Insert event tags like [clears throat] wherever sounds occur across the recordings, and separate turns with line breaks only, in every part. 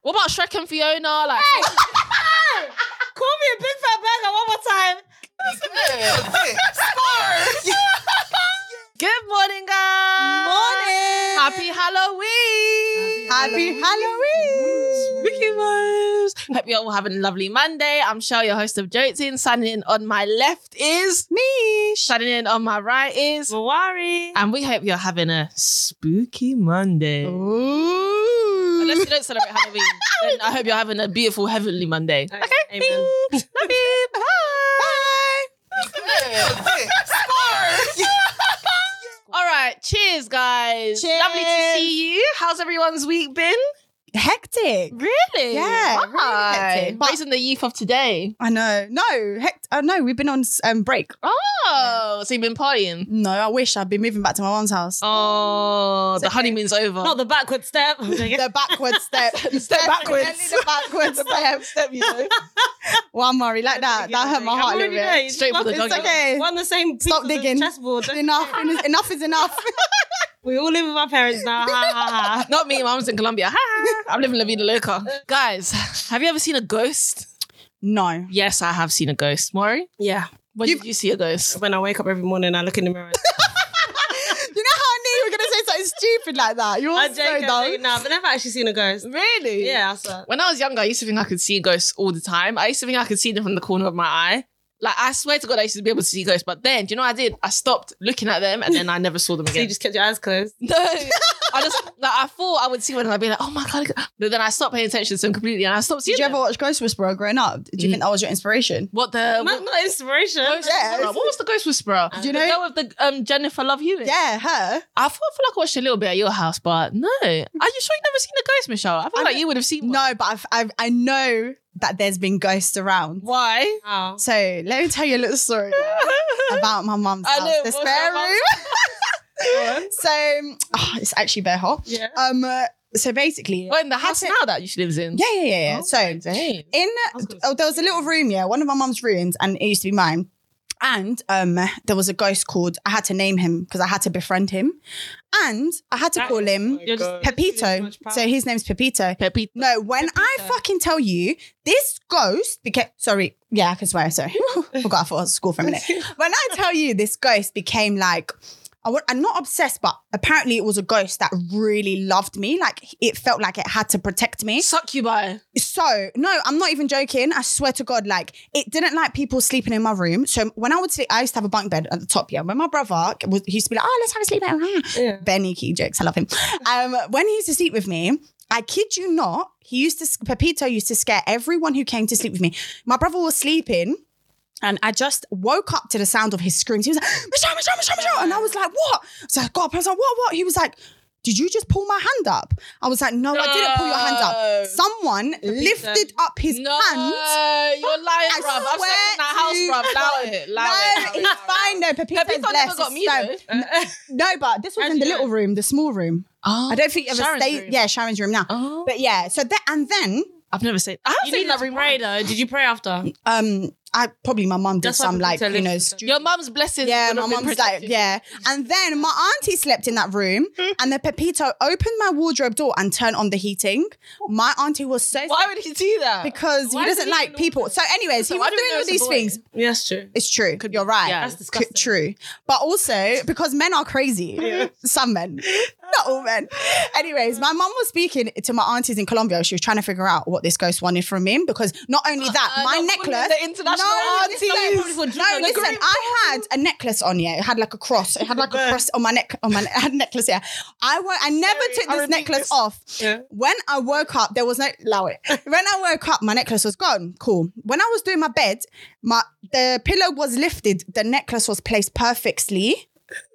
What about Shrek and Fiona? Like,
Call me a big fat burger one more time.
[laughs] good morning, guys.
Morning.
Happy Halloween.
Happy Halloween.
Spooky vibes. Hope you're all having a lovely Monday. I'm Shell, your host of Joting. Signing in on my left is me. Signing in on my right is.
Worry.
And we hope you're having a spooky Monday.
Ooh.
Unless you don't celebrate Halloween, then I hope you're having a beautiful heavenly Monday.
Okay. Amen.
Love you. Bye. All right. Cheers, guys.
Cheers.
Lovely to see you. How's everyone's week been?
[laughs] Hectic.
Really?
Yeah, really
Why?
hectic. But-
Raising the youth of today.
I know. No, hect- I know. We've been on um, break.
Oh, so you've been partying?
No, I wish I'd been moving back to my mom's house.
Oh, the
okay.
honeymoon's over.
Not the backward step.
[laughs]
[laughs]
The backward step. [laughs] step
backwards.
The backward step. step, you [laughs] know. One Murray, like that. That hurt my heart a little bit.
Straight for the
It's
doggy.
okay.
We're on the same piece
Stop
of the
digging. [laughs]
chessboard.
Enough. Enough is enough. [laughs]
We all live with our parents now. Ha, ha, ha.
Not me. Mum's in Colombia. Hi. I'm living La Vida Loca. [laughs] Guys, have you ever seen a ghost?
No.
Yes, I have seen a ghost. Maury,
Yeah.
when
You-
did you see a ghost?
When I wake up every morning, I look in the
[laughs]
mirror.
You know how I knew you were going to say something stupid like that? You're
I
all
joke.
so
I joke.
dumb.
Nah, but never actually seen a ghost.
Really?
Yeah, I saw.
When I was younger, I used to think I could see ghosts all the time. I used to think I could see them from the corner of my eye. Like I swear to God, I used to be able to see ghosts. But then, do you know what I did? I stopped looking at them, and then I never [laughs] saw them
So you
again.
just kept your eyes closed.
no, I just like I thought I would see one, and I'd be like, "Oh my god!" But then I stopped paying attention to them completely, and I stopped seeing
Did you
them.
ever watch Ghost Whisperer growing up? Did you
Mm.
think that was your inspiration?
what the
Am I
what,
not inspiration.
Ghost
Yes.
Whisperer? What was the Ghost Whisperer?
Do
The
you know-
girl with the um, Jennifer Love Hewitt?
Yeah, her.
I thought I feel like I watched a little bit at your house, but no. Are you sure you've never seen a ghost, Michelle? I feel
I
like
don't-
you would have seen. one.
No, but I've, I've, I know that there's been ghosts around.
Why?
Wow.
So let me tell you a little story
[laughs]
yeah, about my mum's
I
house,
know,
the
what's
spare
your mum's
room. [laughs] so um, oh, it's actually bare hot.
Yeah.
Um, uh, so basically,
Well, in the house now that she lives in.
yeah, yeah, yeah. yeah.
Oh
so
Dang.
in
I was gonna
oh, there was a little room, yeah, one of my mum's rooms, and it used to be mine. And um, there was a ghost called. I had to name him because I had to befriend him, and I had to
That
call
is-
him
You're just-
Pepito. So his name's Pepito.
Pepe.
No, when I
Pepito.
fucking tell you this ghost became sorry, yeah, I can swear, sorry. [laughs] Forgot I thought I was at school for a
[laughs]
minute. When I tell you this ghost became like I wa- I'm not obsessed, but apparently it was a ghost that really loved me. Like it felt like it had to protect me.
Suck you by.
So no, I'm not even joking. I swear to God, like it didn't like people sleeping in my room. So when I would sleep, I used to have a bunk bed at the top. Yeah, when my brother was, he used to be like, "Oh, let's have a sleep at
Yeah.
Benny Key jokes. I love him. Um, when he used to sleep with me, I kid you not, he used to Pepito used to scare everyone who came to sleep with me. My brother was sleeping. And I just woke up to the sound of his screams. He was like, Michelle, Michelle, Michelle, Michelle. And I was like, what? So I got up. I was like, what, what? He was like, did you just pull my hand up? I was like, no, I didn't pull your hand
No.
up. Someone lifted up his
no,
hand.
you're lying,
I
bruv. I'm
swear
saying that house, bruv.
to
Allow it.
No,
Allow it.
it's fine though. Pepito,
Pepito never
blessed.
got me,
So-
though.
Uh, [laughs]
no, but this was
How'd
in the
you
little
know?
room, the small room.
Oh,
I don't think you ever
Sharon's
stayed.
room.
Yeah, Sharon's room now.
Oh.
But yeah, so that and then
I've never seen. I haven't
You
seen
need
that
to
room.
pray though. Did you pray after?
um I probably my mum did
That's why
some
people
like
tell
you know
us-
stu-
Your mum's blessings.
yeah
would
my
have been
mum's like
protected.
yeah and then my auntie slept in
[laughs]
that room and the Pepito opened my wardrobe door and turned on the heating. My auntie was so
Why would he do that?
because
Why
he
did
doesn't
he
like
even
people.
order?
So anyways,
Also, I
he was
didn't
doing
know
all
it's a
these
boy.
things.
Yes, true.
It's true. You're right.
Yeah.
That's
Could-
disgusting.
True. But also because men are crazy. Some men, not all men. Anyways, my mum was speaking to my aunties in Colombia. She was trying to figure out what this ghost wanted from him because not only that,
Uh,
my
not all
necklace.
The international
No,
aunties.
listen,
probably for
no,
Juno.
listen. I had a necklace on, yeah. It had like a cross. It had like a cross on my neck. On my, I had a necklace, yeah. I wo- I never took
I
this
repeat
necklace
this.
off.
Yeah.
When I woke up, there was no allow
[laughs]
it. When I woke up, my necklace was gone. Cool. When I was doing my bed, my the pillow was lifted. The necklace was placed perfectly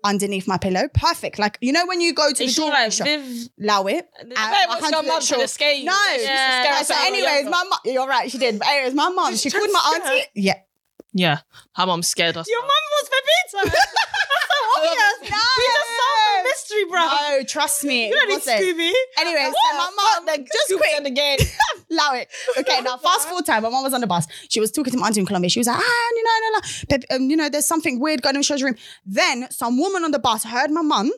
underneath my pillow. Perfect. Like you know when you go to
It's
the door.
sure like
shop,
Viv.
allow it.
I
Hey,
Uh,
what's
100%
your mum
sure.
trying to scare you?
No.
She's just
Yeah.
scaring
Yeah,
us
so
all when we were
anyways,
younger.
my mum, you're right, she did. But anyways, my mum, she called my
just
auntie. Yeah.
yeah, her mum scared us.
Your mum was Pepito.
[laughs] Obvious. No.
[laughs] We just solved the mystery, bro.
No, trust me.
you
it
know this
wasn't.
Scooby.
Anyway, so my mum, just quick. again. Allow it. Okay, now fast forward time. My mum was on the bus. She was talking to my auntie in Colombia. She was like, ah, you know, no, no. Pep- um, you know, there's something weird going on in Shell's room. Then some woman on the bus heard my mum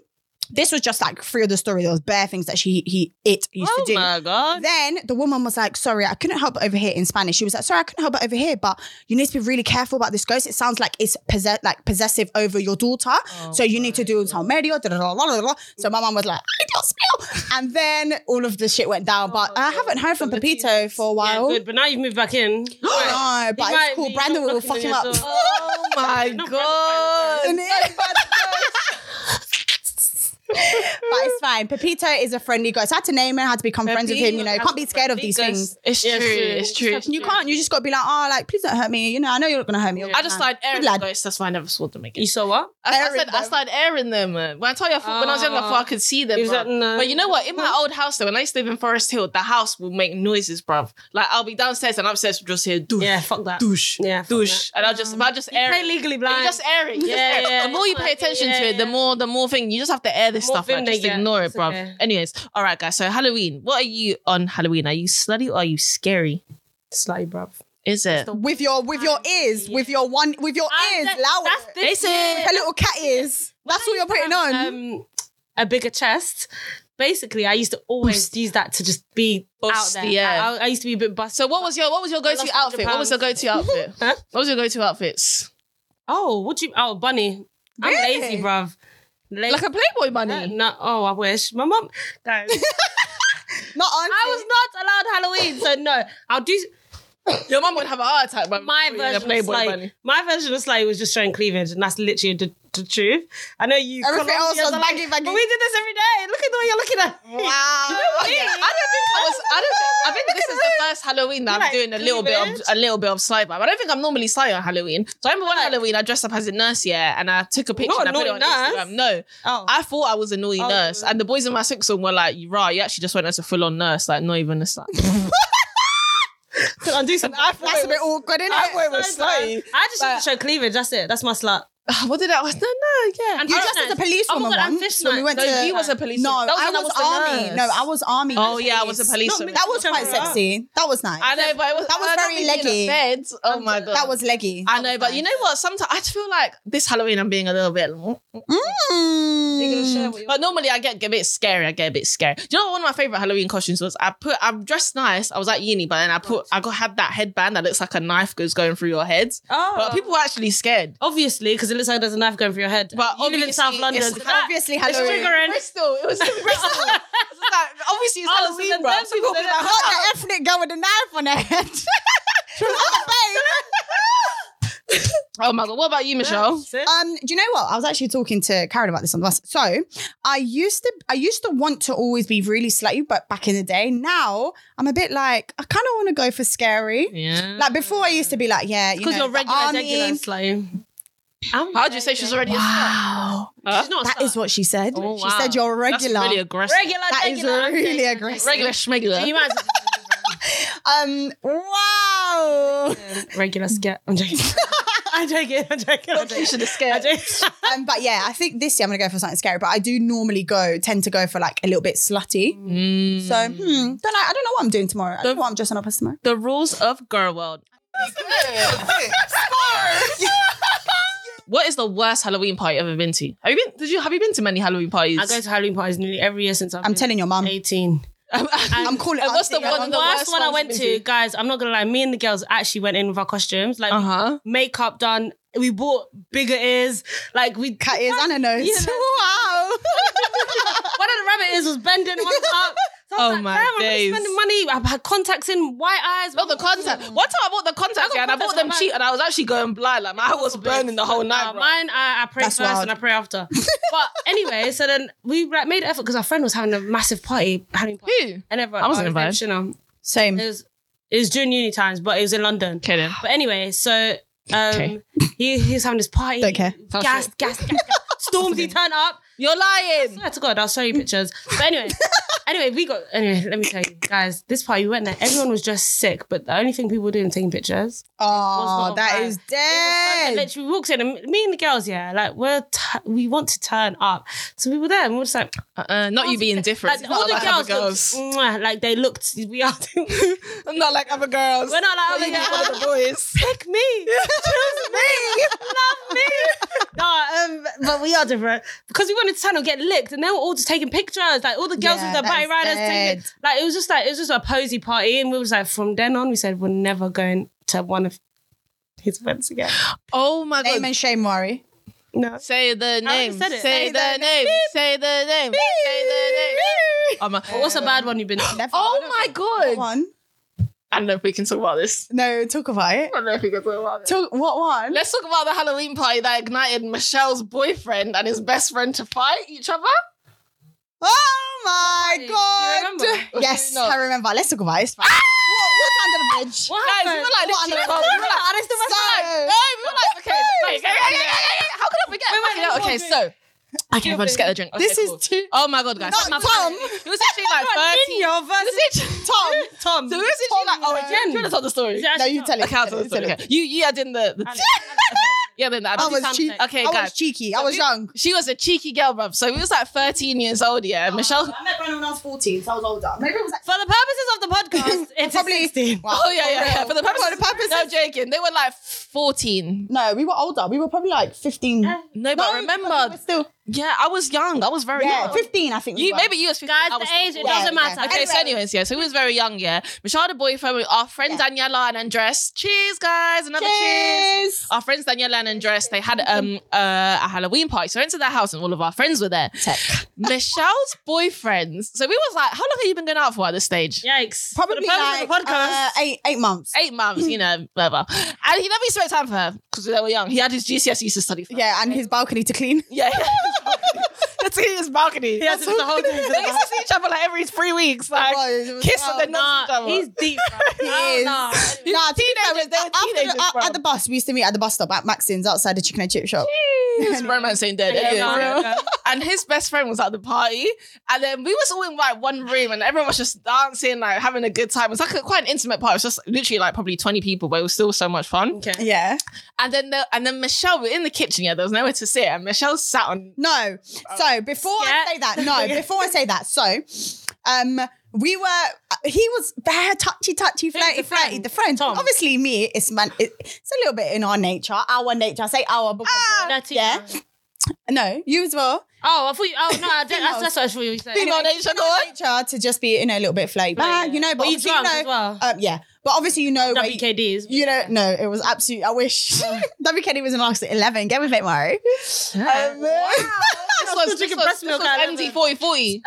This was just like three of the story. There was bare things that she he it used
Oh
to do.
my god.
Then the woman was like, "Sorry, I couldn't help but overhear in Spanish." She was like, "Sorry, I couldn't help but overhear, but you need to be really careful about this ghost. It sounds like it's possess- like possessive over your daughter, so you need to do some medio." da, da, da, da, da, da. So my mom was like, "I don't smell," and then all of the shit went down. but I haven't heard from Pepito for a while.
Oh, Yeah, good, but now you've moved back in.
no, [gasps] but it's cool. Brandon will fuck him up.
[laughs] Oh my god.
[laughs] Isn't it? [laughs] but it's fine. Pepito is a friendly ghost. I had to name him, I had to become friends with him. You know, you can't be scared of these things.
It's true.
Yeah,
It's
true.
true.
It's
You can't. You just gotta be like, oh, like please don't hurt me. You know, I know you're not gonna hurt me.
I just
like
started airing
Good lad.
ghosts. That's why I never saw them again.
You saw what?
I, I
airing
said I
them.
started airing them. uh, When I told you, I thought, when I was younger, I thought I could see them.
Is that-
bruv.
no.
But you know what? In my old house, though, when I used to live in Forest Hill, the house would make noises, bruv. Like I'll be downstairs and upstairs, just hear douche,
Yeah, fuck that.
douche,
Yeah, fuck
douche, and I'll just, if I just air
Play
it.
legally
You
blind.
just air it. You just
Yeah,
air it.
yeah.
The more you pay attention
Yeah,
to it, the
yeah.
more the more thing you just have to air this
More
stuff. Like,
thing they
just
get.
ignore it,
It's
bruv.
okay.
Anyways, all right, guys. So Halloween. What are you on Halloween? Are you slutty or are you scary?
Slutty, bruv.
Is it?
the-
with your with your ears, with your one with your
And
ears,
that-
loud.
that's the
It's
shit.
her little cat ears. That's what you're putting on.
Um, a bigger chest. Basically, I used to always use that to just be
Bust,
out there.
yeah.
I, I used to be a bit busted.
So what was your what was your go
lost
to outfit? What was your go
100
to outfit?
[laughs] Huh?
What was your go to outfits?
Oh, what do you? Oh, bunny. I'm
Really?
lazy, bruv. Lazy.
Like a Playboy bunny.
no, oh, I wish my mum.
[laughs]
Guys,
not on.
I was not allowed Halloween, so no. I'll do
Your mum would have a heart attack. By
my
before you did a
version. Of slay.
bunny.
My version of slay was just showing cleavage, and that's literally the, the truth. I know you.
Everything else
Colombians
was
are like,
baggy, baggy.
But we did this every day. Look at the way you're looking at. me."
wow.
I don't think I was. I don't. Think, I think this is the first Halloween that I'm
like,
doing a little bit of
cleavage.
a little bit of side vibe. I don't think I'm normally side on Halloween. So I remember one Halloween I dressed up as a nurse, yeah, and I took a picture
Not
and I
a
put it on
naughty nurse.
Instagram. No,
Oh,
I thought I was a naughty
Oh.
nurse, and the boys in my sixth form were like, "You right? You actually just went as a full on nurse, like not even a [laughs] side."
could undo something. I
That's a
[laughs]
bit awkward, isn't it?
I just used to show cleavage. That's it. That's my slut.
Ah, what did I? No, no, yeah.
And
You
fish
just as a
knife.
police
Oh my
woman
God, and
once
fish
when we went
knife.
no,
to.
you was a police.
no,
that was
I
when
was, army.
a nurse.
No, I was army.
Oh yeah, I was a police.
Not me.
That was quite
Jumping around.
sexy. That was nice.
I know, but it was
That was
I don't
very
think in
leggy.
a bed. Oh my god,
That was leggy.
I know, but you know what? Sometimes I just feel like this Halloween I'm being a little bit.
Mm.
But normally I get a bit scary. I get a bit scary. Do you know what one of my favorite Halloween costumes was? I put I'm dressed nice. I was at uni, but then I put I got had that headband that looks like a knife goes going through your head.
Oh,
But people were actually scared.
obviously because it looks like there's a knife going through your head.
But
you live in
obviously
South London.
it's-
That-
Obviously,
it's
Halloween.
triggering.
Bristol, it was in Bristol. It's just
[laughs]
like, obviously it's
Oh, so
Halloween,
then
bro.
them
So people
people
be like,
then-
Not the ethnic girl with the knife on her head. [laughs] Oh,
oh my god, what about you, Michelle?
That's it.
babe. um, do you know what? I was actually talking to Karen about this on the bus. So I used to, I used to want to always be really slutty, but back in the day, now I'm a bit like I kind of want to go for scary.
Yeah.
Like before, I used to be like, yeah, you
Because
know,
you're
the
regular,
army.
regular slave.
How would you say she's already
Wow,
a slut?
She's not. a
that
slut.
is what she said.
Oh,
she
wow.
said you're
That's
regular.
really aggressive.
regular.
That is
regular. okay,
really
okay,
aggressive.
Regular
okay.
schmegular. [laughs]
You might as
um, wow.
well- regular
Mm.
scat.
[laughs]
I'm joking. I'm joking. I'm joking. I'm joking.
should have
I'm
scared.
joking.
um, but yeah, I think this year I'm gonna go for something scary. But I do normally go, tend to go for like a little bit slutty.
Mm.
So hmm, don't know. I don't know what I'm doing tomorrow. I don't know what I'm dressing up
[laughs]
as tomorrow.
the rules of Girl World. what is the worst Halloween party you've ever been to? Have you been? Did you have you been to many Halloween parties?
I go to Halloween parties nearly every year since I've
[laughs] I'm
been
telling your mum.
18.
I'm calling.
And
I'm
what's the
telling
one that-
your mum.
worst
Last one I
ones
went
you've been
to,
to?
guys. I'm not gonna lie. Me and the girls actually went in with our costumes, like
Uh huh.
makeup done. We bought bigger ears. Like we
cat ears and a nose?
Yeah.
[laughs] wow.
one of the rabbit ears was
[laughs]
bending one up. So I was
Oh
like,
my
damn, I'm really
days.
spending money. I had contacts in, white eyes.
Oh, the contact. One time I bought the contacts
got
yeah, and I
contacts
bought them
on
cheap, and I was actually going blind. Like my eye was burning the whole night.
Uh,
bro.
mine, I, I pray
That's
first
wild.
and I pray after.
[laughs]
but anyway, so then we like made an effort because our friend was having a massive party, Halloween party,
Who?
and everyone.
I wasn't
oh,
invited.
it's Chanel.
Same.
It was it was during uni times, but it was in London.
Okay then.
But anyway, so um,
Okay.
he, he was having this party.
Don't care.
Toss
Gas,
it.
gas,
[laughs]
gas, gas. Stormzy turn up.
You're lying.
swear to God, I'll show you pictures. But anyway,
[laughs]
anyway, we got anyway. Let me tell you guys, this party we went there. Everyone was just sick, but the only thing people were doing was taking pictures.
Oh,
not
that
right.
is
It was fun.
dead.
Literally, we walked in, and me and the girls, yeah, like we're t- we want to turn up, so we were there, and we were just like,
Uh-uh, not you being different.
like all the
Not like
girls,
other girls.
Looked, mwah, like they looked. We are, [laughs] we're
I'm not like other girls.
not like, oh,
Not
yeah,
like other boys. [laughs]
pick me, choose me, love me. [laughs] Nah, um, but we are different because we wanted to turn and get licked, and they were all just taking pictures. Like all the girls
Yeah,
with their
that
bike
is
riders,
dead.
taking, like it was just like it was just a posy party, and we was like from then on, we said we're never going to one of his events again.
Oh my god.
Name and shame, Mari.
No,
Say the
already
name.
said it.
Say
Say
the
the
name. Say the name. Say the name. Oh my.
what's a bad one you've been? to?
Never- I
Oh
don't-
my god.
One.
I don't know if we can talk about this.
No, talk about
I
it.
don't know if we can talk about this.
Talk, what one?
Let's talk about the Halloween party that ignited Michelle's boyfriend and his best friend to fight each other.
Oh my
Do you
god!
remember?
Yes,
No. Ah!
I remember. Let's talk about it. It's fine. what, what under the bridge?
What
Guys, we
happened?
were like
What,
literally
under
about-
the-
we were like,
Honest to
so-
myself.
no, we were like, okay, okay, okay, okay, okay, okay, how could I forget?
Wait, wait,
Fucking hell,
one
okay,
drink.
so. Okay, if I just get the drink. Okay,
This is
cool.
too-
Oh my god, guys.
Not
My
Tom.
friend- He was actually like 30.
Ninja
He was
versus
actually-
Tom.
Tom.
So he was actually like, oh, do you- do you want to tell the story?
No, you tell it.
Okay, I'll tell
tell
the
it, tell
story.
it.
Okay. You, you had in the. the [laughs] yeah, then the
I
adult
was
sound
cheeky.
effect. Okay,
I
guys.
was cheeky. I was
we-
young.
She was a cheeky girl, bruv. So we was like 13 years old, yeah. Michelle.
I met Brandon when I was 14, so I was older. Maybe it was like
For the purposes of the
[laughs]
podcast, it's
probably.
probably
[laughs] Wow.
[laughs] Oh, yeah, yeah, yeah.
real.
For the purpose
For the purposes-
No, joking. They were like 14.
No, we were older. We were probably like 15.
Uh,
No, but I
No, because we
remember.
were still
Yeah, I was young. I was very
yeah,
young.
15, I think. we
You
were.
maybe you was 15,
Guys,
I
the
was
age, it
14.
doesn't
Yeah,
matter.
yeah.
Okay, so
Anyway.
anyways, yeah, so we was very young, yeah. Michelle had a boyfriend with our friend Daniela and Andres. Cheers, guys. Another cheers.
Cheers.
Our friends Daniela and Andres, they had um
[laughs]
uh, a Halloween party. So I went to their house and all of our friends were there. Michelle's boyfriends. So we was like, how long have you been going out for at this stage?
Yikes. For the
Probably
purposes
like
of the podcast.
uh, eight eight months.
Eight months, you
[laughs]
know, blah blah. And he never used to make time for her because they were young. He had his GCSEs to study for.
Yeah, and his balcony to clean.
[laughs] yeah. [laughs] Let's see his balcony.
Yes, it's the whole thing.
[laughs]
They used to see each other like every three weeks, like
was- it was
kiss and
wild.
then not see each
Nah,
other.
he's deep. Bro.
He
Oh,
is.
nah. Anyway.
Nah, to be fair,
Teenagers, they were
after the-
teenagers,
at-
bro.
at the bus, we used to meet at the bus stop at Maxim's outside the chicken and chip shop.
His romance ain't dead.
Yeah,
anyway.
nah, yeah.
And his best friend was at the party, and then we was all in like one room, and everyone was just dancing, like having a good time. It was like a, quite an intimate party. It was just literally like probably twenty people, but it was still so much fun.
Okay.
Yeah.
And then the, and then Michelle, we were in the kitchen. Yeah, there was nowhere to sit, and Michelle sat on.
No.
Oh,
So before I say that,
[laughs]
no, before I say that, so um we were he was very touchy touchy
Who's
flirty
the
flirty
friend?
the friend
Tom.
obviously me it's man it, it's a little bit in our nature our nature I say our because [laughs]
Latina.
yeah no you as well
Oh, I thought you. Oh no, I did, that's, that's what I thought you were saying.
Female nature, go on.
nature to just be you know a little bit flirty
Yeah,
Ah,
yeah.
you know but
Were you
obviously,
drunk
know,
as well?
um, yeah but obviously you know where you-
WKDs.
you know no it was absolute I wish [laughs] WKD was in last 11 get with it Mario um,
This was
[laughs]
this was,
drinking breast
this was
milk out of
MD forty forty.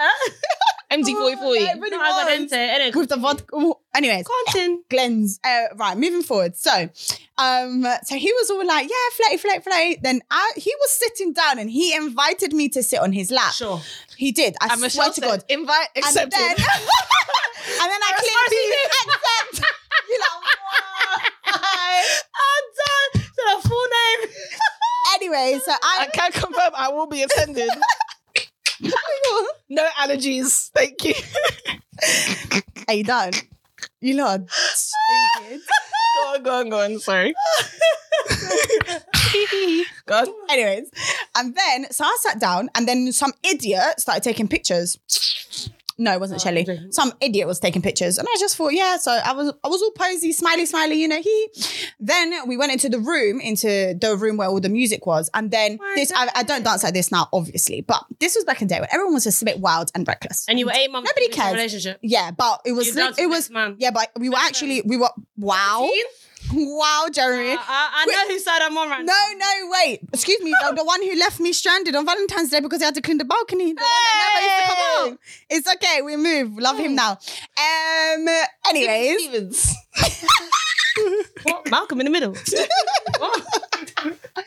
MD forty
It
forty.
really
No, I
was.
got into it. Anyway,
with the vodka. Ooh, Anyways,
Quentin.
Glenn's. Uh, right, moving forward. So, um, so he was all like, "Yeah, flirty, flirty, flirty." Then I, he was sitting down and he invited me to sit on his lap.
Sure.
He did. I
And
swear
Michelle
to
said,
God.
invite
And
accepted.
then, and then [laughs] I clicked accept. [laughs] You're like, what?
I'm done. So the full name.
anyway, so
[laughs] I
I.
can confirm I will be
[laughs]
attending. [laughs] no allergies, thank you.
Are you done? You lot. [laughs] are stupid.
go on, go on, go on.
[laughs]
Sorry. go on.
Anyways, and then so I sat down, and then some idiot started taking pictures. No, it wasn't
Oh,
Shelley.
okay.
Some idiot was taking pictures, and I just thought, yeah. So I was, I was all posy, smiley, smiley, you know. He. Then we went into the room, into the room where all the music was, and then this. I, I don't dance like this now, obviously, but this was back in the day when everyone was just a bit wild and reckless.
And you were eight months.
Nobody
into a
cares.
Relationship.
yeah, but it was
You danced
it
with
was
this man.
yeah, but we were actually we were wow, [laughs] wow, Jeremy.
I, I, I know whose side I'm on right
No, no, wait. Excuse me. The, the one who left me stranded on Valentine's Day because he had to clean the balcony. The one that never used to come home. It's okay. We move. Love him now. Um. Anyways,
Stevens.
now. What? Malcolm in the middle. What?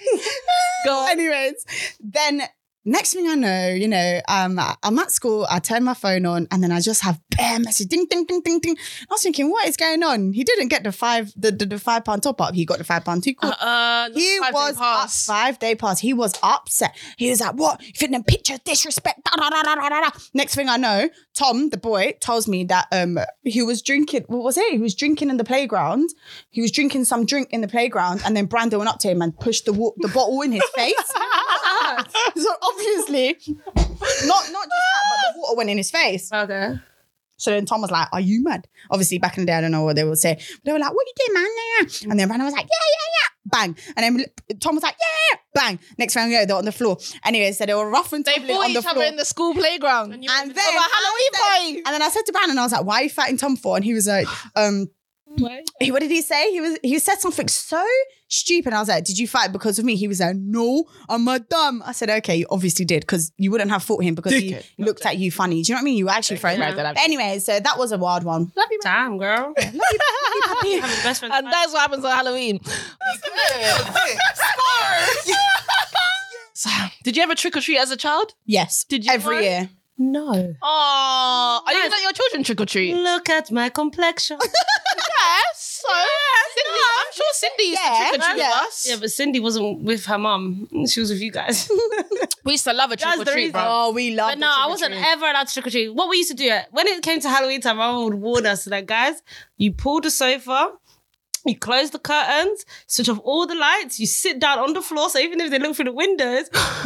Go on.
[laughs] anyways, then next thing I know, you know, um, I- I'm at school. I turn my phone on, and then I just have bare message. Ding, ding, ding, ding, ding. I was thinking, what is going on? He didn't get the five, the the, the five pound top up. He got the five pound two.
Uh, uh,
He
five-day
was up,
pass.
five day pass. He was upset. He was like, "What? You think them pictures disrespect?" Da, da, da, da, da, da, da. Next thing I know, Tom, the boy, tells me that um he was drinking. What was it? He was drinking in the playground. He was drinking some drink in the playground, and then Brandon went up to him and pushed the wa- the bottle in his [laughs] face. so obviously, not not just that, but the water went in his face.
okay.
So then Tom was like, Are you mad? Obviously, back in the day, I don't know what they would say. But they were like, What you doing, man? Yeah, yeah. And then Brandon was like, Yeah, yeah, yeah. bang. And then Tom was like, yeah, bang. Next round, yeah, they're on the floor. Anyway, so they were rough and
They
tumbling
fought
on
each
the
other
floor.
in the school playground.
And
And
you-
and
Of
then,
a Halloween
and then- and then I said to Brandon, I was like, why are you fighting Tom for? And he
[sighs]
was like, um, he- what did he say? He was he said something so stupid. I was like, did you fight because of me? He was like, no, I'm a dumb. I said, okay, you obviously did because you wouldn't have fought him because he
Dickhead.
looked at you funny. Do you know what I mean? You were actually friends.
Right, that
But
I'm-
anyway, so that was a wild one.
Damn, girl. [laughs]
Happy-
Having best friends.
And that's what happens on Halloween. [laughs] So, did you ever trick or treat as a child?
yes,
Did you
every
want-
year?
no.
Oh, are you
Yes.
let your children trick or treat?
Look at my
[laughs]
complexion.
Yes. So Cindy, I'm sure Cindy used
Yeah.
to trick or treat
Yeah.
with us.
yeah, but Cindy wasn't with her mum. She was with
[laughs]
you guys.
We used to love a trick
That's
or
the
treat,
reason.
bro.
Oh, we love.
But no, I wasn't ever allowed to trick or treat. What we used to do uh, when it came to Halloween time, my mum would warn us that guys, you pull the sofa, you close the curtains, switch off all the lights, you sit down on the floor. So even if they look through the windows, [gasps]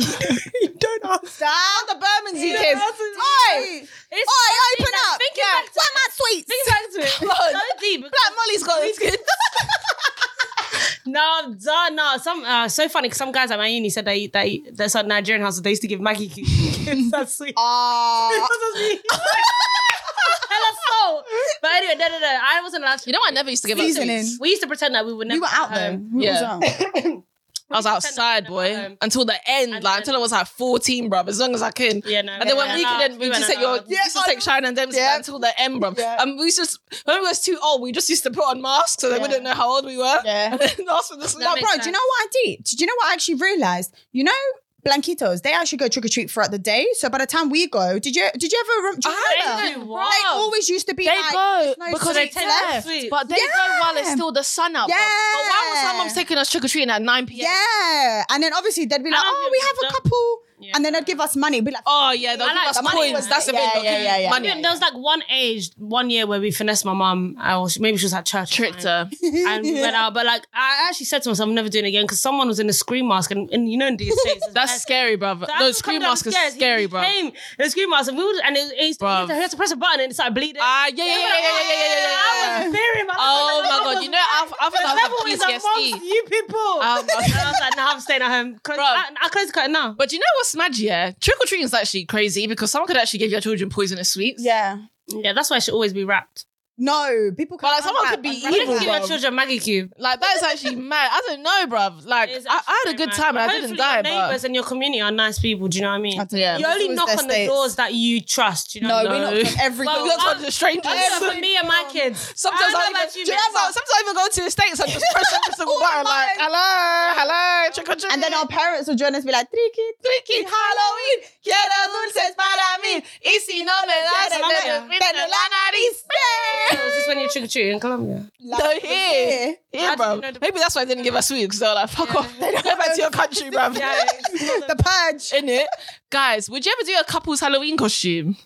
you don't ask.
Down the Bermondsey
Yeah.
kids. Oi,
It's
oi,
so deep.
open
Like,
up.
Thinking
Yeah.
back to
Where
it,
my sweets?
thinking back to it,
Come on.
so
[laughs]
deep.
Black Molly's got those kids.
No, duh, no. Some uh, so funny. 'cause Some guys at my uni said they they their son Nigerian house. They used to give Maggie [laughs] kids. That's sweet. [laughs]
Oh,
Hella salt. But anyway, no, no, no. I wasn't allowed to.
You know, I never used to give up
Seasoning.
sweets.
We used to pretend that we would never.
we were
go
out
home.
though. We
Yeah.
was out.
I was outside, boy, until the end,
And
like
then-
until I was like 14, bruv, as long as I could.
Yeah, no.
And then when
yeah,
we
no,
couldn't, we
went
just
out.
take your,
Yeah,
yeah, just
I
take Shine and Dempsey
Yeah.
until the end, bruv.
Yeah.
And we used to just, when we was too old, we just used to put on masks so they
Yeah.
wouldn't know how old we were.
[laughs] Yeah.
and ask for the sweet.
No,
That makes
bro, do you know what I did? Did you know what I actually realized? You know, blanquitos, they actually go trick or treat throughout the day. So by the time we go, did you did you ever rem- do you remember?
They
They
do
do,
what?
They always used to be like,
go
no because
they sweets take left. that sweet.
but they go while it's still the sun up. bruv. But why was
Yeah.
her mum's taking us trick or treating at 9 p.m.?
yeah. And then obviously they'd be like,
I don't
oh,
think
we
it
have
was
a
done.
couple.
Yeah.
And then they'd give us money. Be like,
Oh yeah, they'll
I like
give us
the money
coins.
was-
That's the
yeah,
thing.
yeah,
Yeah,
yeah,
yeah,
yeah.
Money.
There was like one age, one year where we finessed my mum. I was maybe she was at church.
Tricked her.
[laughs]
and we went out. But like, I actually said to myself, I'm never doing it again because someone was in a screen mask, and, and you know, in
[laughs]
these days, it's
That's
best.
scary, brother.
So I
No,
was coming
scream mask is
downstairs, he-
scary,
he
bro.
Came in a scream mask, and we was, and it, it, used to-
Bruv.
he used to- he had to press a button, and it started bleeding.
Ah, yeah, yeah, yeah, yeah, yeah, yeah, yeah, yeah,
I
yeah.
was fearing my.
Oh my god, you know, I, I think
the
I
devil is
have PTSD.
amongst you people.
Oh my
and I was like, nah, I'm staying at home. Close,
Bruv.
I, I close the curtain now.
But you know what's mad, yeah? Trick or treating is actually crazy because someone could actually give your children poisonous sweets.
yeah.
Yeah, that's why it should always be wrapped.
No, people
But like,
can't
someone could
unwrap-
be
unwrap
You
evil,
that.
just give your children Maggie Cube.
Like that is
[laughs]
actually mad. I don't know, bruv. Like
It's
I, I had a
actually
good
so
time and I
mad. Hopefully
didn't die,
Your neighbors
but
and your community are nice people. Do you know what I mean?
I don't know.
Yeah.
You
It's
only
always
knock
their
on the
states.
doors that you trust. Do you know?
No,
No.
what I
we knock on
[laughs]
every
Well,
door.
we got to the strangers.
mean?
[laughs]
For me and my kids.
Sometimes I,
don't know
even,
about
do
you,
you know
Mix.
what? sometimes I even go to the states and just press
[laughs]
every single
Oh
button
my.
like hello, hello, trick or treat.
And then our parents will join us and be like, tricky, tricky, Halloween, quiero dulces para mí. Y si no me das, te
Yes, mama.
pelo la nariz.
It was just when you trick or treat in Colombia.
No, here.
I
Yeah,
didn't
bro.
know the-
Maybe that's why they didn't give us sweets. They were like, fuck off. They don't go back to your [laughs] country, bro.
The purge.
In it. Guys, would you ever do a couple's Halloween costume?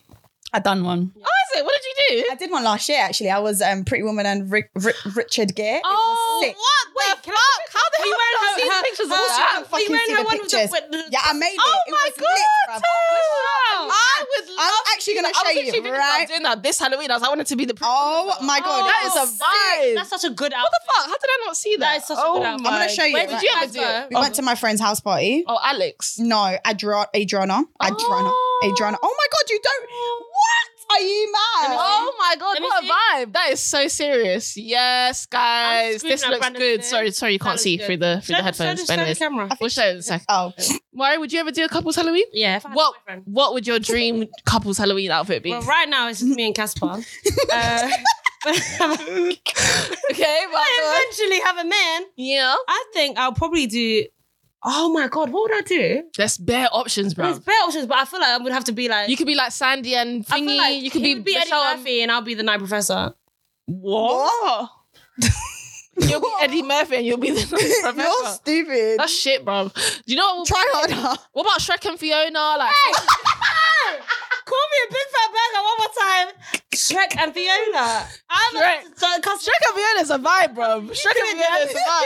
I done one.
Oh, is it? What did [laughs] you do?
I did one last year, actually. I was um, Pretty Woman and Rick, Rick, Richard Gere. It was sick.
what the fuck? How the hell
you
have I not
wearing
seen
her-
pictures of
Oh,
that?
I can't fucking
wearing
see
her
the
one with the-
pictures.
with the-
yeah, I made it.
Oh
it
my
was
god!
Lit,
[laughs]
bruv.
I would love.
actually
to do
gonna
that. I was
show you,
actually thinking about
right?
Doing that this Halloween, I was like, I wanted to be the.
Oh my god,
Oh,
that is a vibe.
That's such a good
What
outfit.
the fuck? How did I not see that?
That is such a
oh
good outfit.
my-
I'm gonna show you.
Where did you
Right.
ever do it?
we went to my friend's house party.
Oh, Alex.
No, Adra- Adriana. Adriana.
Oh.
Adriana. Oh my god, you don't. What? Are you mad?
Oh my god,
Let me
what a
see.
vibe! That is so serious. Yes, guys,
screaming
this
at
looks
Brandon
good.
today.
Sorry, sorry, you
That
can't
looks
see
good.
through the through
Show
the
the- show
headphones.
the-
but
show the
anyways.
camera.
We'll show it in a sec.
Oh.
Why would you ever do a couple's Halloween?
Yeah. If I had
What
a boyfriend.
What would your dream couple's Halloween outfit be?
Well, right now it's just me and Caspar. uh,
Okay, but
I eventually have a man.
yeah,
I think I'll probably do. Oh my god, what would I do?
there's bare options, bro.
There's better options, but I feel like I would have to be like.
You could be like Sandy and
I feel
Thingy.
like
you could
he
be,
would be Eddie
Michelle um, and-
Murphy, and I'll be the
[laughs]
night professor.
What? you'll be Eddie Murphy and you'll be
[laughs]
the
You're
professor.
stupid.
That's shit, bro. Do you know what?
Try [laughs] harder.
What about Shrek and Fiona? Like,
Call me a big fat burger one more time. Shrek and Fiona. I'm
Shrek.
A, so, cause
[laughs] Shrek and Fiona is a vibe, bro. Shrek and Fiona is
[laughs]
a vibe.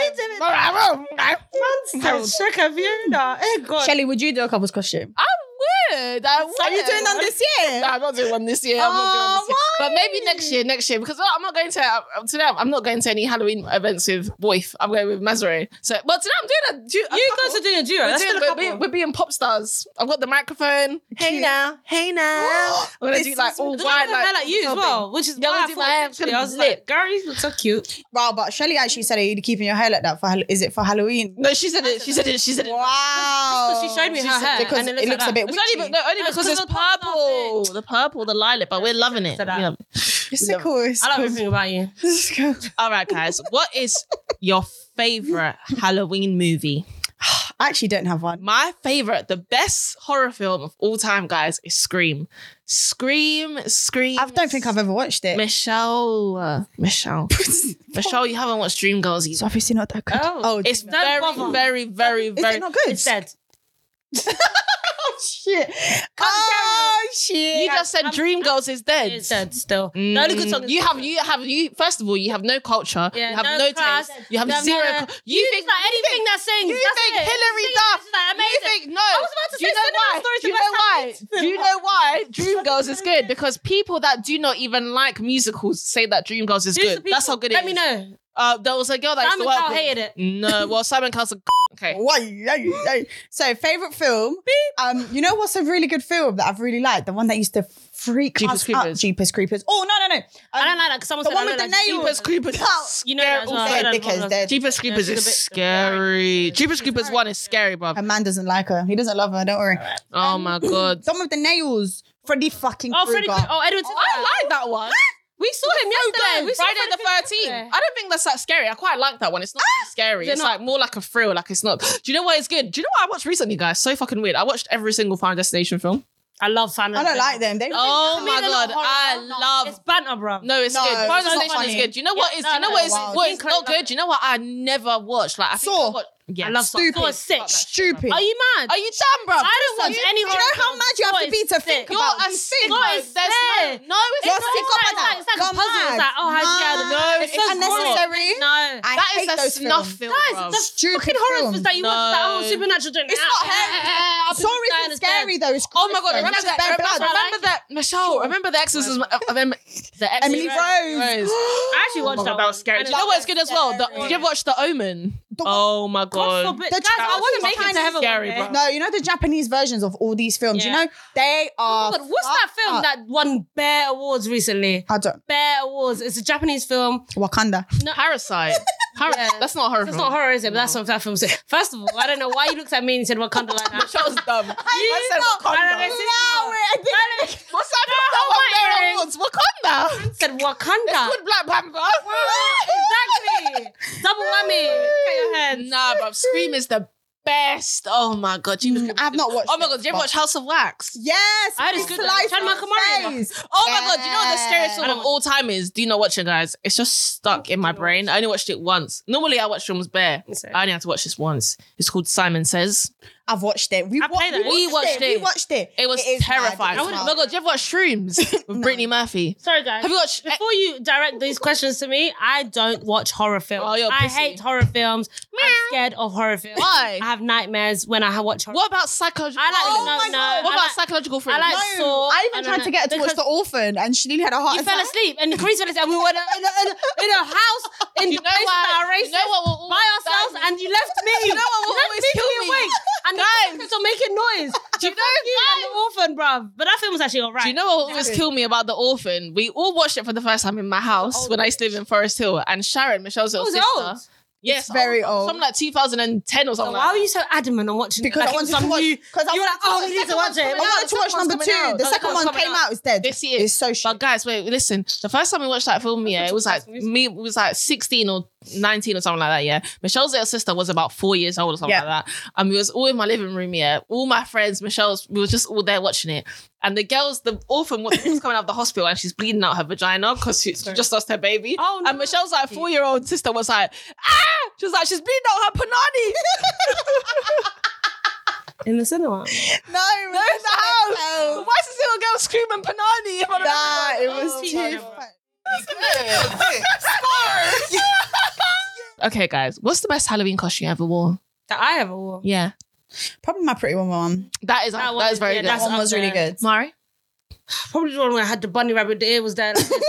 Shrek and Fiona. Oh god.
Shelly, would you do a couple's costume?
I would. I would.
Are you doing that this year?
Nah, I'm not doing one this year. I'm not doing
Oh,
one this year. But maybe next year, next year, because I'm not going to uh, today. I'm not going to any Halloween events with Boyf. I'm going with Mazare. So, but today I'm doing a. Du- a
You
couple.
guys are doing a duo.
We're,
Let's do
doing,
a
we're, being,
couple.
we're being pop stars. I've got the
[gasps]
microphone. Hey
Cute.
now, hey now. [gasps] I'm gonna
This
do like
is-
all
Does
white,
that
like,
like, like you as
something.
well, which is
Yeah,
why
I'm
I
gonna do
thought
my hair.
actually, I was
Lit.
like, Gary, you look so cute.
Wow, but Shelly actually said, Are you keeping your hair like that for Hall- is it for Halloween?
No, she said it. She said it. She said it.
Wow.
She showed me
She
her
said-
hair.
because
and
it looks
like
a
that.
bit
It's
witchy.
only, be- no, only
That's
because
because
it's
of the pop stars
purple. The purple, the lilac, but we're loving it.
So that-
We love it.
It's
No.
cool. It's
I love
cool. [laughs]
everything
[laughs]
about you.
It's cool.
All right, guys. What is your favorite Halloween movie?
I actually don't have one.
My favorite, the best horror film of all time, guys, is Scream. Scream, Scream.
I don't think I've ever watched it.
Michelle, uh,
[laughs]
Michelle, Michelle. You haven't watched Dreamgirls
It's
either.
obviously not that good.
Oh,
Oh,
It's
is
very,
bother.
very, very, very.
it not good?
it's dead.
shit. Oh, shit.
you just said
I'm-
Dreamgirls is dead.
It's dead still.
Mm.
The only good song. is-
you have, you have, you. First of all, you have no culture.
Yeah,
you have
no
no,
class,
taste. You have
you have
zero.
no-
cul- you,
You
think
think like anything that sings.
you
that's
think
it.
Hillary
Sings,
Duff-
it's like
You
amazing.
think no?
I was about to
do you
say
know
Cinderella
why?
Story's
Do you
the
know why?
best
Do you know
[laughs]
why Dreamgirls is good? Because people that do not even like musicals say that Dreamgirls is
Who's the
good.
people?
That's how good it is.
Let me know.
Uh, there was a girl that
Simon
used to
Cowell
work with-
hated it. [laughs]
No, well, Simon Cowell's a [laughs] okay.
Why, yeah, yeah. So, favorite film. Um, you know what's a really good film that I've really liked? The one that used to freak
Jeepers
us out.
Creepers.
Jeepers Creepers. Oh no, no, no. Um,
I don't like that because someone
the
said
one
I
with
don't
the
like
nail.
Jeepers Creepers.
Pow.
You know that as
Scare-
well. I
Dead
don't
because
know.
they're-
Jeepers Creepers
Yeah,
is
she's a bit-
scary.
Yeah.
Jeepers Creepers one is scary, bro.
Um,
Her man doesn't like her. He doesn't love her. Don't worry.
Oh my god.
Some of the nails. Freddy fucking
Oh,
Krueger.
Freddy. Oh, Edward.
I like that one.
We saw him yesterday. We saw
Friday the
Freddy
Thirteenth.
yesterday.
I don't think that's that scary. I quite like that one. It's not too scary.
Is it
It's
not?
like more like a thrill. Like it's not. Do you know what is good? Do you know what I watched recently, guys? So fucking weird. I watched every single Final Destination film.
I love fan.
I don't like them. They
Oh
I mean,
my
they're not
god,
horror.
I
No,
love.
It's banter, bro.
no, it's
No,
good. Final
it's not
Destination is
funny.
good. Do you know what
Yeah,
is?
no,
Do you know
no,
what is?
wow.
What is
Incorrect,
not
love
good?
it.
Do you know what I never watched? Like I think
Saw.
I, watched, yeah.
I love Saw.
Stupid.
Saw is sick.
Fuck that.
stupid.
Are you mad?
Are you dumb, bro?
I don't
Do
watch any
you know
horror
how
films.
mad you have to be to
It's
think
sick.
You're
about
a sick.
Saw
bro.
is
There's
there.
no. No, it's
You're
not.
sick
It's
up at
not.
that.
It's like a
Come
puzzle. It's like, oh, how'd you get out of
No,
it's
it's so
unnecessary.
No.
I
That
hate
is a
those
snuff
films.
film,
Guys,
bro.
the
Stupid
fucking horror
film.
films that you watch, that whole
No.
supernatural doing
It's
that.
not
Yeah, yeah, yeah, yeah.
Sorry,
I
it's
understand.
scary though. It's
Oh my god!
Christmas.
Remember
It's
that?
bad
Remember,
blood.
remember that, Michelle? Remember the exorcism of, of Em- the ex-
Emily Rose.
I actually watched
Oh my
that.
God, that was
one.
scary.
And
Do
it
you know
was
what's good as well? The, did you ever watch The Omen?
The one-
oh my
God
god!
forbid.
The
Guys, I
Japanese
want to make it
China
to heaven.
scary,
one day.
bro.
[gasps] No, you know the Japanese versions of all these films. You
Yeah.
know they are.
Oh my God, what's that film
fucked up.
that won Bear Awards recently?
I don't.
Bear Awards. It's a Japanese film.
Wakanda.
Parasite. [laughs] Par- That's not a horror.
It's
film.
not horror, is it? But that's what that film said. First of all, I don't know why you looked at me and said Wakanda like
[laughs]
that.
Michelle's dumb. I said
know- I
Wakanda.
don't know, it's-
What's that?
No,
That
my
one Bear Awards. Wakanda.
said
It's
Wakanda.
good Black Panther.
[laughs] exactly. Double whammy. Look at your
[laughs]
hands.
Nah, bro. Scream is the best. Oh my god, you.
Mm, I've not watched
Oh my
it,
god, did you ever
but-
watch House of Wax?
Yes.
I had a
it's
good-
sliced
Chad Michael Murray, like-
face.
Oh my god, you know what the
Yeah.
scariest film of all time is? Do you not watch it, guys? It's just stuck in my brain. I only watched it once. Normally, I watch films bare.
Sorry.
I only had to watch this once. It's called Simon Says.
I've watched it. We,
I
wa-
played it.
we watched it. We watched it.
It was
is mad.
terrifying.
It
Oh
is
my
mad.
god, did you ever watch Shrooms
[laughs]
with Brittany Murphy?
Sorry, guys.
Have you watched? eh,
Before you direct these questions to me, I don't watch horror films.
Oh, you're
I
pussy.
hate horror films. I'm scared of horror films.
Why?
I have nightmares when I watch horror.
What about psychological?
I like
Oh
no,
my
no.
God.
What
I
about
like,
psychological
I
thrillers?
like
No,
Saw.
I even
and
tried
I-
to get her to watch
because
The Orphan and she nearly had a heart
You
attack.
fell asleep, and Chris fell asleep, and we were in a, in a, in a- in a house in
you
the
know
place that
why?
are
You know
racist
what will always
by ourselves,
die?
and you left me.
You know what will
You left
always
me
kill
to be
me?
awake, and
Guys.
the are making noise.
Do you know?
You and the orphan, bruv. But that film was actually alright.
Do you know what always killed me about The Orphan? We all watched it for the first time in my house
old
when I used to live in Forest Hill. And Sharon, Michelle's
It
little
was
sister.
old.
Yes,
very old.
Something like 2010 or
So
something.
why
like
were you
that.
so adamant on watching
because
it?
I
Like
wanted
it was
to
some
watch.
new-
Because I
you were
wanted
like,
to
oh,
watch
we
the
need to
second
watch
one's
it.
coming out. I wanted to watch number two. The
No,
second
no,
one
coming
came
out.
out. It's dead.
This year.
It's so shit.
But guys, wait, listen. The first time we watched that film, yeah, it was like
Christmas.
me it was like 16 or 19 or something like that, yeah. Michelle's little sister was about four years old or something
Yeah.
like that. And we was all in my living room, yeah. All my friends, Michelle's, we were just all there watching it. And the girls, the orphan was was coming out of the hospital and she's bleeding out her vagina because she, she just lost her baby.
Oh, no.
And Michelle's like four-year-old sister was like, ah! She was like, she's bleeding out her
[laughs]
panani.
In the cinema.
No, no,
in the house. Why is this little girl screaming panani?
Nah, it was
Oh,
too.
terrible.
fun.
okay, guys, what's the best Halloween costume you ever wore?
That I ever wore.
Yeah.
Probably my pretty woman one.
That is
That
that,
one
that is very
yeah,
good.
That
That's
one
up
was really
there.
good.
Mari.
Probably the one where I had the bunny rabbit, the ear was there. Like, like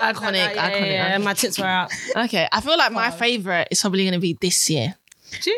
that,
Iconic,
yeah,
iconic,
Yeah,
iconic.
and my tits were out.
Okay, I feel like my
Fuck.
favorite is probably gonna be this year.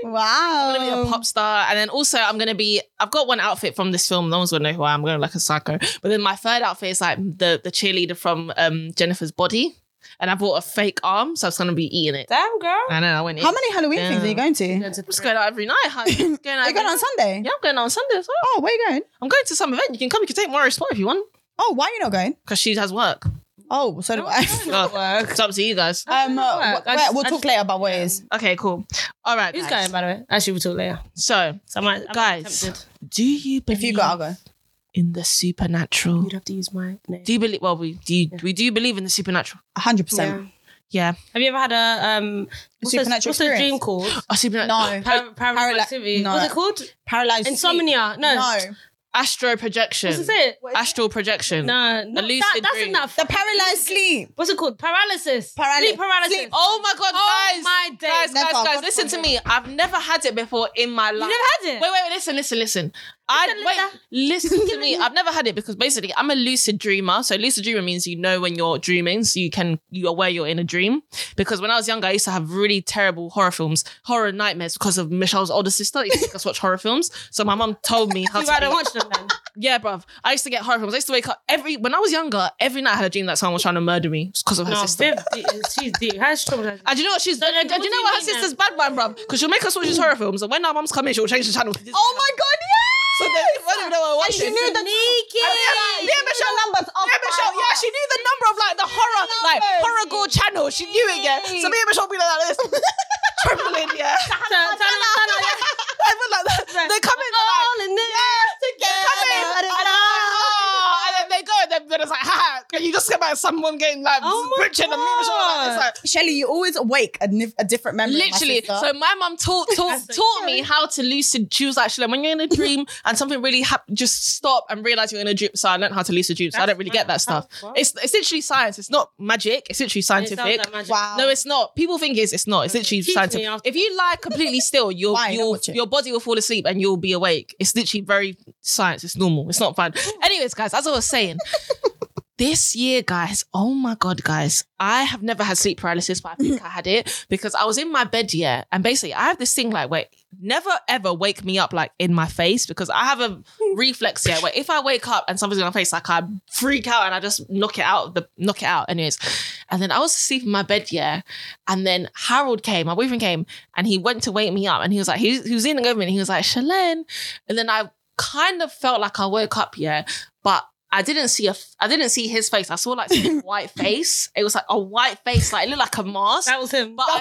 Wow.
I'm gonna be a pop star, and then also I'm gonna be. I've got one outfit from this film. No one's gonna know who I am. I'm gonna look like a psycho. But then my third outfit is like the the cheerleader from um, Jennifer's Body, and I bought a fake arm, so I was gonna be eating it.
Damn, girl.
I know. I went.
How
in.
many Halloween
Yeah.
things are you going to?
Going to
I'm just going out every night. hun. Just going out.
Are you
every-
going on Sunday?
yeah, I'm going out on Sunday as well.
Oh, where are you going?
I'm going to some event. You can come. You can take Maury spot if you want,
Oh, why are you not going?
because she has work.
Oh, so do
Oh,
I.
no, not work.
It's up to you guys.
[laughs] um, uh,
I
wh-
just-
where- we'll
I
talk
just-
later about what it is.
Okay, cool. All right,
Who's
guys.
going, by the way? Actually, we'll talk later.
So,
So I might, I
Guys. do you believe
If you go, I'll go.
in the supernatural?
You'd have to use my name.
Do you believe? Well, we do. We do believe in the supernatural.
100%.
Yeah,
Have you ever had a um what's the-
Supernatural
what's the dream
experience?
called?
a supernatural.
No.
Par- paranormal
Parala-
activity.
no.
What's it called?
Paralyzed.
Insomnia. No.
No.
Astro projection.
This is it.
Astral projection.
No, not
lucid
that, that's
dream.
in that.
The
f-
paralyzed sleep.
what's it called? Paralysis.
Paraly-
Sleep paralysis.
Sleep.
Oh my god,
Oh
guys.
my days.
Guys,
Never.
guys, guys,
God
listen to me. I've never had it before in my life.
never had it?
Wait, wait, wait, listen, listen, listen. I wait, listen to me.
[laughs]
I've never had it because basically I'm a lucid dreamer. So lucid dreamer means you know when you're dreaming, so you can you are aware you're in a dream. Because when I was younger, I used to have really terrible horror films, horror nightmares because of Michelle's older sister. I used to make us watch horror films. So my mum told me how
[laughs] You
to
rather
be-
watch them then.
Yeah, bruv. I used to get horror films. I used to wake up every when I was younger, every night I had a dream that someone was trying to murder me because of her
No,
sister.
Viv, she's deep. How's she traumatized?
And do you know what she's?
no,
and do
what
you
do
know
you
what her
mean now?
sister's bad man, bruv? Because she'll make us watch these horror films, and when our mum's coming, she'll change the channel.
Oh my God, yeah!
So then, I don't even know what
she
watching.
knew the
Sneaky.
Yeah, yeah, Michelle
numbers off.
Yeah, Michelle, yeah, she knew the number of like the horror, like
numbers.
horror gore channel. She knew it, yeah. So me and Michelle be like [laughs] this, trembling, yeah. [laughs]
Turn- turn- turn- turn- yeah.
I feel like that. They come in, they're [laughs] like,
All in it.
they come in, and I'm like, oh, and then they go, and then they're just like, [laughs] ha, can you just get back someone getting like
Oh my
rich and me and Michelle are like, it's
God.
like.
Shelly, you always awake a, nif- a different memory. of my
Literally.
sister.
So my mum
[laughs]
taught taught, taught me how to lucid. She was like, Shalom, when you're in a
[laughs]
dream and something really hap just stop and realize you're in a dream. So I learned how to lucid dream. So I
That's
don't really get that
mad.
stuff.
How- what?
It's essentially science. It's not magic. It's literally
It sounds
scientific.
like magic.
wow.
No, it's not. People think it's it's not. It's literally
Teach me
scientific.
after-
If you lie completely
[laughs]
still, your
Why? Don't
your
watch it.
your body will fall asleep and you'll be awake. It's literally very science. It's normal. It's not
[laughs]
fun. Anyways, guys, as I was saying. This year, guys, oh my god, guys, I have never had sleep paralysis, but I think I had it because I was in my bed, yeah, and basically I have this thing like, wait, never ever wake me up like in my face because I have
[laughs]
a reflex, yeah, where if I wake up and something's in my face, like I freak out and I just knock it out, of the knock it out, anyways. And then I was asleep in my bed, yeah, and then Harold came, my boyfriend came, and he went to wake me up, and he was like, he, he was in the government, he was like, Shalene, and then I kind of felt like I woke up, yeah, but I didn't see a, f- I didn't see his face. I saw like some [laughs] white face. It was like a white face, like it looked like a mask.
That was him.
But
[laughs]
I, no,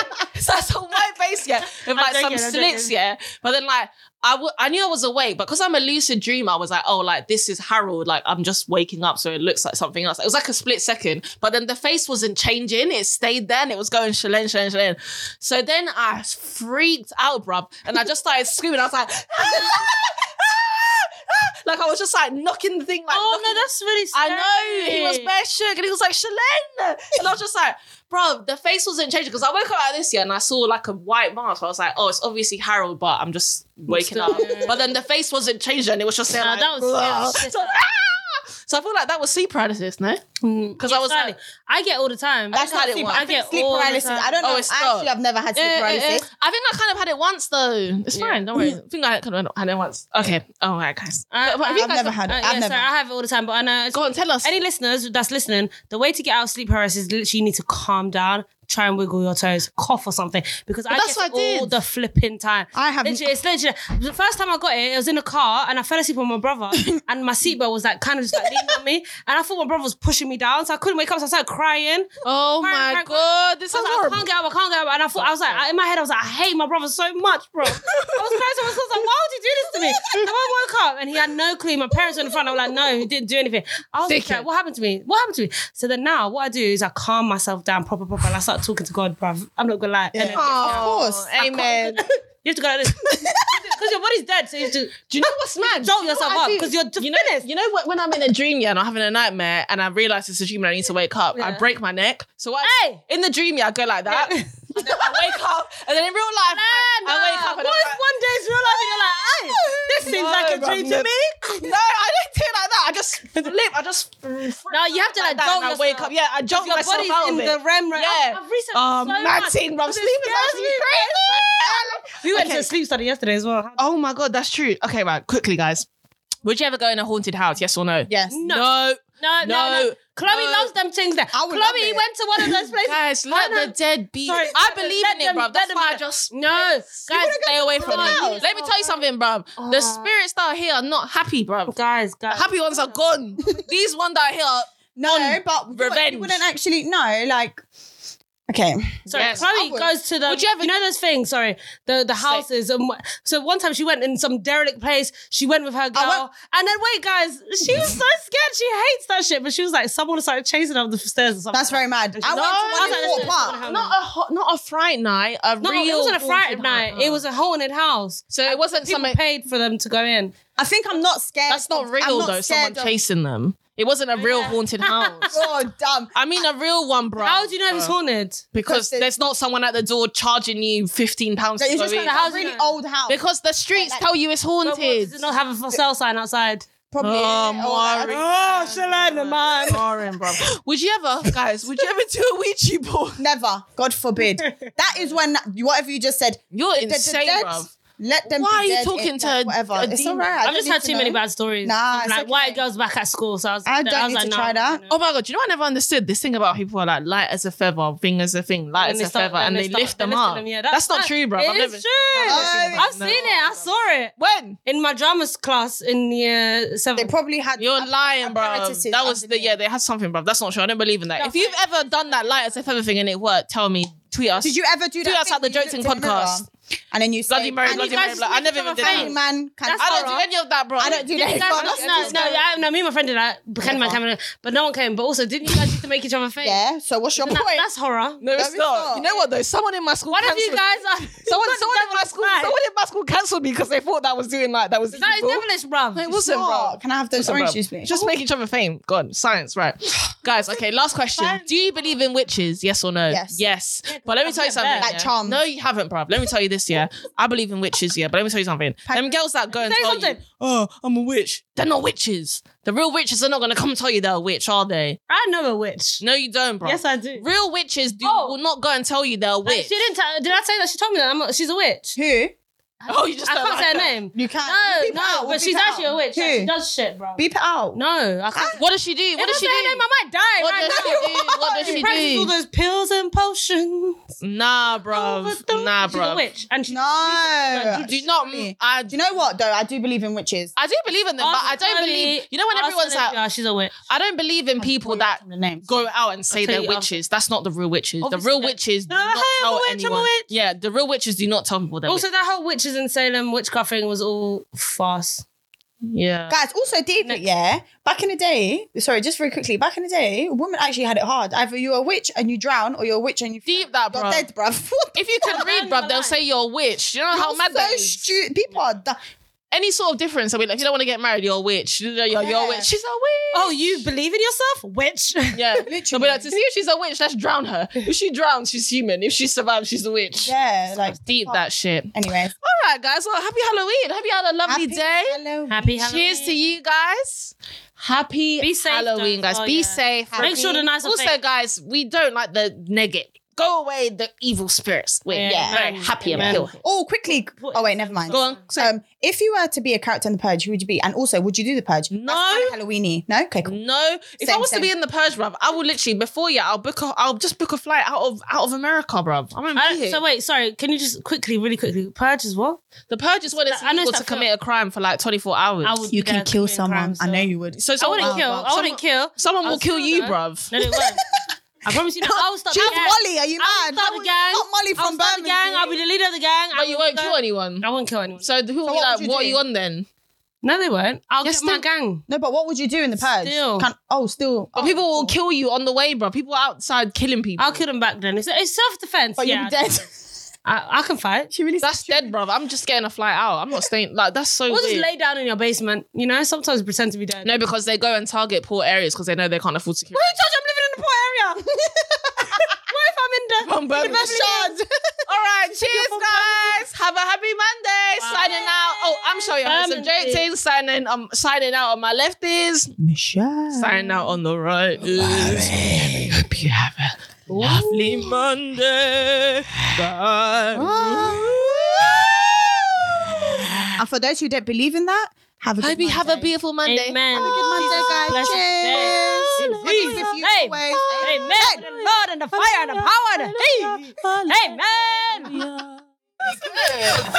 it [laughs] was him. so I saw a white face, yeah, with
I'm
like some
joking, I'm
slits,
joking.
yeah. But then like I, w- I knew I was awake, but because I'm a lucid dreamer, I was like, oh, like this is Harold. Like I'm just waking up, so it looks like something else. It was like a split second, but then the face wasn't changing. It stayed there, and it was going shalen, shalen, shalen. So then I freaked out, bruv, and I just started screaming. I was like. [laughs] "Ah, Like I was just like knocking the thing, like
oh
knocking
no, that's really.
I
Scary.
know he was bare shook and he was like Shalane, and I was just like, bro, the face wasn't changing because I woke up like this year and I saw like a white mask. I was like, oh, it's obviously Harold, but I'm just waking
Still-
up. But then the face wasn't changing; and it was just there.
Nah,
like,
that was-
"Blah."
yeah, shit.
so, I was like, "Ah!" So I feel like that was sleep paralysis, no?
Because
I was like-
I get all the time.
That's
I
how it
sleep,
was.
I
I
think
get
sleep
all the
paralysis.
time.
I don't
Oh,
know.
it's
I
not.
actually, I've never had sleep
Eh, eh, eh.
paralysis.
I think I kind of had it once though. It's
Yeah.
fine, don't worry. [clears throat] I think I kind of had it once. Okay, Oh, all right, guys.
I,
But have
I, have
you
I've never had it.
Uh,
I've
yeah,
never.
sorry, I have it all the time, but I know.
Go on, tell us.
Any listeners that's listening, the way to get out of sleep paralysis is literally you need to calm down, try and wiggle your toes, cough or something. Because I
that's
get
what I
it all
did.
the flipping time.
I haven't-
Literally, it's literally the first time I got it. It was in a car, and I fell asleep on
[laughs]
my brother, and my seatbelt was like kind of just like leaning on me, and I thought my brother was pushing me down, so I couldn't wake up. So I started crying.
oh
Crying,
my
crying, crying.
god, this
I
is
was like, I
horrible.
can't get up, I can't get up. And I thought, I was like, I- in my head, I was like, I hate my brother so much, bro. I was crying so much. I was like, why would you do this to me? And I woke up and he had no clue. My parents were in front. I'm like, no, he didn't do anything. I was just
Dickhead.
like, what happened to me? What happened to me? So then now, what I do is I calm myself down proper, proper, and I start talking to God, bro. I'm not gonna lie. And then-
Of course.
amen.
You have to go like this. [laughs] Because your body's dead, so you have to
Do you know [laughs] what's mad?
jolt yourself
What I
up
do-
because you're just
you know, you know what, when I'm in a dream, yeah, and I'm having a nightmare, and I realize it's a dream and I need to wake up, I
Yeah.
break my neck. So I,
Hey!
in the dream, yeah, I go like that. And then I wake up, and then in real life, I wake up and
what
I'm
if
like,
one day it's real life and you're like, hey, this seems
No,
like a
bruv,
dream
no.
to me? [laughs]
no, I don't do it like that. I just lip, I just.
No, you have to like,
that,
jolt
and I wake
yourself.
up. Yeah, I jolt
Your
myself
body's
out
in
of it.
the REM right
Yeah.
I've researched
um,
[laughs] so
mad
much.
thing, bruv.
This
Sleep is
scares [laughs]
actually
me.
crazy.
We went
Okay.
to a sleep study yesterday as well.
Oh my god, that's true. Okay, right, quickly, guys. Would you ever go in a haunted house? Yes or no?
Yes.
No.
No,
No, no, no.
No,
Chloe
no.
loves them things there.
I
Chloe
would
went
love it.
to one of
[laughs]
those places.
guys, let
Why
the dead be.
Sorry,
I
let-
believe
let
in it,
them-
bruv.
let
That's
them
why I
go-
just
no.
guys stay away from
someone
it.
else?
Let me tell you something, bruv. The spirits that are here are not happy, bruv.
Guys, guys.
The happy ones are [laughs] gone. These ones that are here. Are,
No, but you know what,
revenge.
You wouldn't actually know, like. Okay.
Sorry,
Yes.
Chloe
I would.
goes to the.
Would
Would
you
you
ever-
know those things? Sorry, the the houses. And wha- so one time she went in some derelict place. She went with her girl,
went-
and then wait, guys, she was so scared. She hates that shit, but she was like, someone started chasing her up the stairs or something.
That's very mad. I
No,
went to
no,
one
no,
in
no,
Fort
no,
Park.
no,
not a ho- not a fright night. A
no,
real
it wasn't a
haunted
Friday night.
house.
It was a haunted house.
So it wasn't
People
something.
paid for them to go in.
I think I'm not scared.
That's not
of-
real
I'm not
though. Someone
scared of-
chasing them. It wasn't a real
Yeah.
[laughs] haunted house.
[laughs] Oh, damn.
I mean, a real one, bro.
How do you know if it's haunted?
Because
Because they-
there's not someone at the door charging you fifteen pounds.
It's just like
in.
a
How's it
really
going?
old house.
Because the streets
like-
tell you it's
But what,
haunted.
Does it not have a for sale sign outside?
Oh,
probably. all that.
Mari.
Oh, Shalana, man.
Oh,
[laughs] Would you ever, guys? Would you ever do a Ouija board?
Never. God forbid. that is when whatever you just said.
[laughs] You're
the- the
insane,
dead-
bruv.
Let them.
Why
be
are you
dead,
talking
it-
to a-
whatever?
a
it's
demon?
all right. I
I've
don't
just
need
had
to
too many
know.
bad stories.
Nah,
From,
it's
like
okay.
white girls back at school. So I was.
I
was
don't need
like,
to
no,
try that.
no.
Oh my god! Do you know I never understood this thing about people are like light as a feather, thing as a thing, light
And
as
they
a
start-
feather, and
and
they,
they start-
lift them
they lift
up.
them, yeah, that-
that's not
that-
true, bro.
It
I've
is
never.
true.
never
I've
seen
seen
it.
it. I saw it
When
in my dramas class in year
They
seven.
probably had.
you're lying, bro.
apparatus is
That was the
underneath.
yeah. They had something, bro. That's not true. I don't believe in that.
No,
if you've ever done that light as a feather thing and it worked, tell me. Tweet us.
Did you ever do that?
Do us
thing
at the Joking
where you looked in the mirror
Podcast.
And then you
Bloody
say,
Mary,
and you
bloody
guys
Mary,
just
bloody- I
make
never
them
even
a
did
funny
that.
Man, can
That's
I
I
don't
don't
do any of that, bro.
I don't do
Did
that.
you guys,
But
no,
that's
no,
just
no,
going-
I- no, me and my friend did that. Pretend my camera, but no one came. But also, didn't you guys used to make each other face?
Yeah. So what's your
Isn't that-
point?
that's horror.
No, it's
No, it's
not.
not.
You know what though? Someone in my school.
One of you
cancelled-
[laughs]
guys are.
Someone,
You've got
someone
the
in my
devil's
school.
vibe.
Someone in my school cancelled me because they thought that was doing like that was.
That is
evil.
devilish, bruv.
It
It
wasn't, bro.
Stop. Can I have those
Listen,
orange
bruv,
juice, please?
Just make each other fame. God, science, right? Guys, okay, last question.
Science.
Do you believe in witches? Yes or no?
Yes.
Yes. But let me
I've
tell you
met
something.
them.
yeah?
Like charms.
No, you haven't, bruv. Let me tell you this, yeah. I believe in witches, yeah. But let me tell you something. Them girls that go and
Say
tell
something.
you, oh, I'm a witch. They're not witches. The real witches are not going to come tell you they're a witch, are they?
I know a witch.
No, you don't, bruv.
Yes, I do.
Real witches do,
Oh.
will not go and tell you they're a
Like,
witch.
she didn't. T- did I say that? She told me that I'm a, she's a witch.
Who?
oh, you just
I
don't
can't
like
say her
that.
name.
You can't.
No,
Beep it
no,
out. We'll
but
beep
she's
it
actually
out.
a witch.
Who?
She does shit, bro.
Beep it out.
no, I can't.
What does she do? What
If
does
I
she
say her
do?
name, I might die
What
right
does she
now. [laughs]
do? What does
She
she
practices all
do?
those pills and potions.
Nah,
Over the-
bruv. Nah,
She's a
bruv.
witch. And she,
No.
Do not.
Surely.
I
Do you know what though? I do believe in witches.
I do believe in them, but I don't believe. You know when everyone's like,
yeah, she's a witch.
I don't believe in people that
The names.
go out and say
I'll tell
they're
you after.
witches. That's not the real witches.
Obviously
the real
they're-
witches do
No,
not
hey, I'm a
tell
witch, I'm a
anyone.
witch.
Yeah, the real witches do not tell people they're
Also, that whole witches in Salem witchcraft thing was all farce.
witches. Yeah.
Guys, also deep,
Next.
yeah. Back in the day, sorry, just very quickly. Back in the day, a woman actually had it hard. Either you're a witch and you drown, or you're a witch and you
Deep that,
You're
bruv.
dead, bruv. [laughs] What the
If you
[laughs]
can
What?
read, bruv, they'll say you're a witch. You know how
You're
mad that
so
is?
stupid. People are. Da-
Any sort of difference, I'll be like, if you don't want to get married, you're a witch. You know, You're, you're a
Yeah.
witch. She's a witch.
Oh, you believe in yourself, witch?
Yeah. They'll be
[laughs] Literally.
like, to see if she's a witch, let's drown her. If she drowns, she's human. If she survives, she's a witch.
yeah, like
Deep that shit.
Anyway,
All right, guys. Well, happy Halloween. Hope you had a lovely day.
Hello.
[laughs] Happy
Cheers
Halloween.
to you guys. Happy
Be safe,
Halloween,
though,
guys.
as well,
Be
yeah.
safe.
Make
Happy-
sure the knives are
Also,
fake.
guys, we don't like the negative. Go away the evil spirits. We're
Amen.
very happy
Amen.
about it.
Oh, quickly. Oh wait, never mind.
Go on.
Um, if you were to be a character in the purge, who would you be? And also, would you do the purge?
No.
That's kind of Halloweeny. No. Okay. Cool.
No, if
Same,
I was
same.
to be in the purge, bruv, I would literally before yeah, I'll book a, I'll just book a flight out of out of America, bruv. I'm gonna be
I,
here.
so wait, sorry. Can you just quickly, really quickly, purge as well?
the purge is when it's
I know
illegal
it's
to
that film.
commit a crime for like 24 hours.
I would-
You can
Yeah,
kill
committing
someone.
crimes,
I know
so-
you would.
so
I
someone,
wouldn't kill.
bruv,
I
someone-
wouldn't kill.
Someone
I'll
will kill
still
you,
do it.
bruv.
No, no, it won't. I promise you. No, I'll stop.
Jeff
the gang.
Wally, are you
I'll
mad?
start
That
the
was
gang.
not Molly
I'll
from
start the gang.
Birmingham.
I'll be the leader of the gang. I
But you
will
won't
go-
kill anyone.
I won't kill anyone.
So who will be
what
like,
would you
what are
do?
you on then?
No, they won't. I'll
Yes,
get my
they-
gang.
No, but what would you do in the purge?
Still.
Can't- oh, still.
But
oh,
people will
cool.
kill you on the way, bro. People are outside killing people.
I'll kill them back then. It's, it's self defense.
But
yeah,
you'll be dead. [laughs]
I, I can fight.
she really.
that's dead, bro. I'm just getting a flight out. I'm not staying. Like that's so
Or just
weird.
lay down in your basement. You know, sometimes pretend to be dead.
no, because they go and target poor areas because they know they can't afford security.
Who told you I'm living in the poor area? what if I'm in the
from Birmingham. [laughs] All right, cheers, guys. Have a happy Monday. Signing out. Oh, I'm showing I'm
Bye, Monday.
subjecting. Signing. I'm signing out on my left is
Michelle.
signing out on the right is. Hope you have a lovely Monday. Bye.
And for those who don't believe in that, have a good
Hope you have a
Monday.
beautiful Monday.
Amen.
Have a good Monday,
Jesus
guys.
bless us there.
Cheers.
In
I
Jesus'
give you
name.
always.
Amen. The Lord and the fire and the power and the deed. Amen.
Good.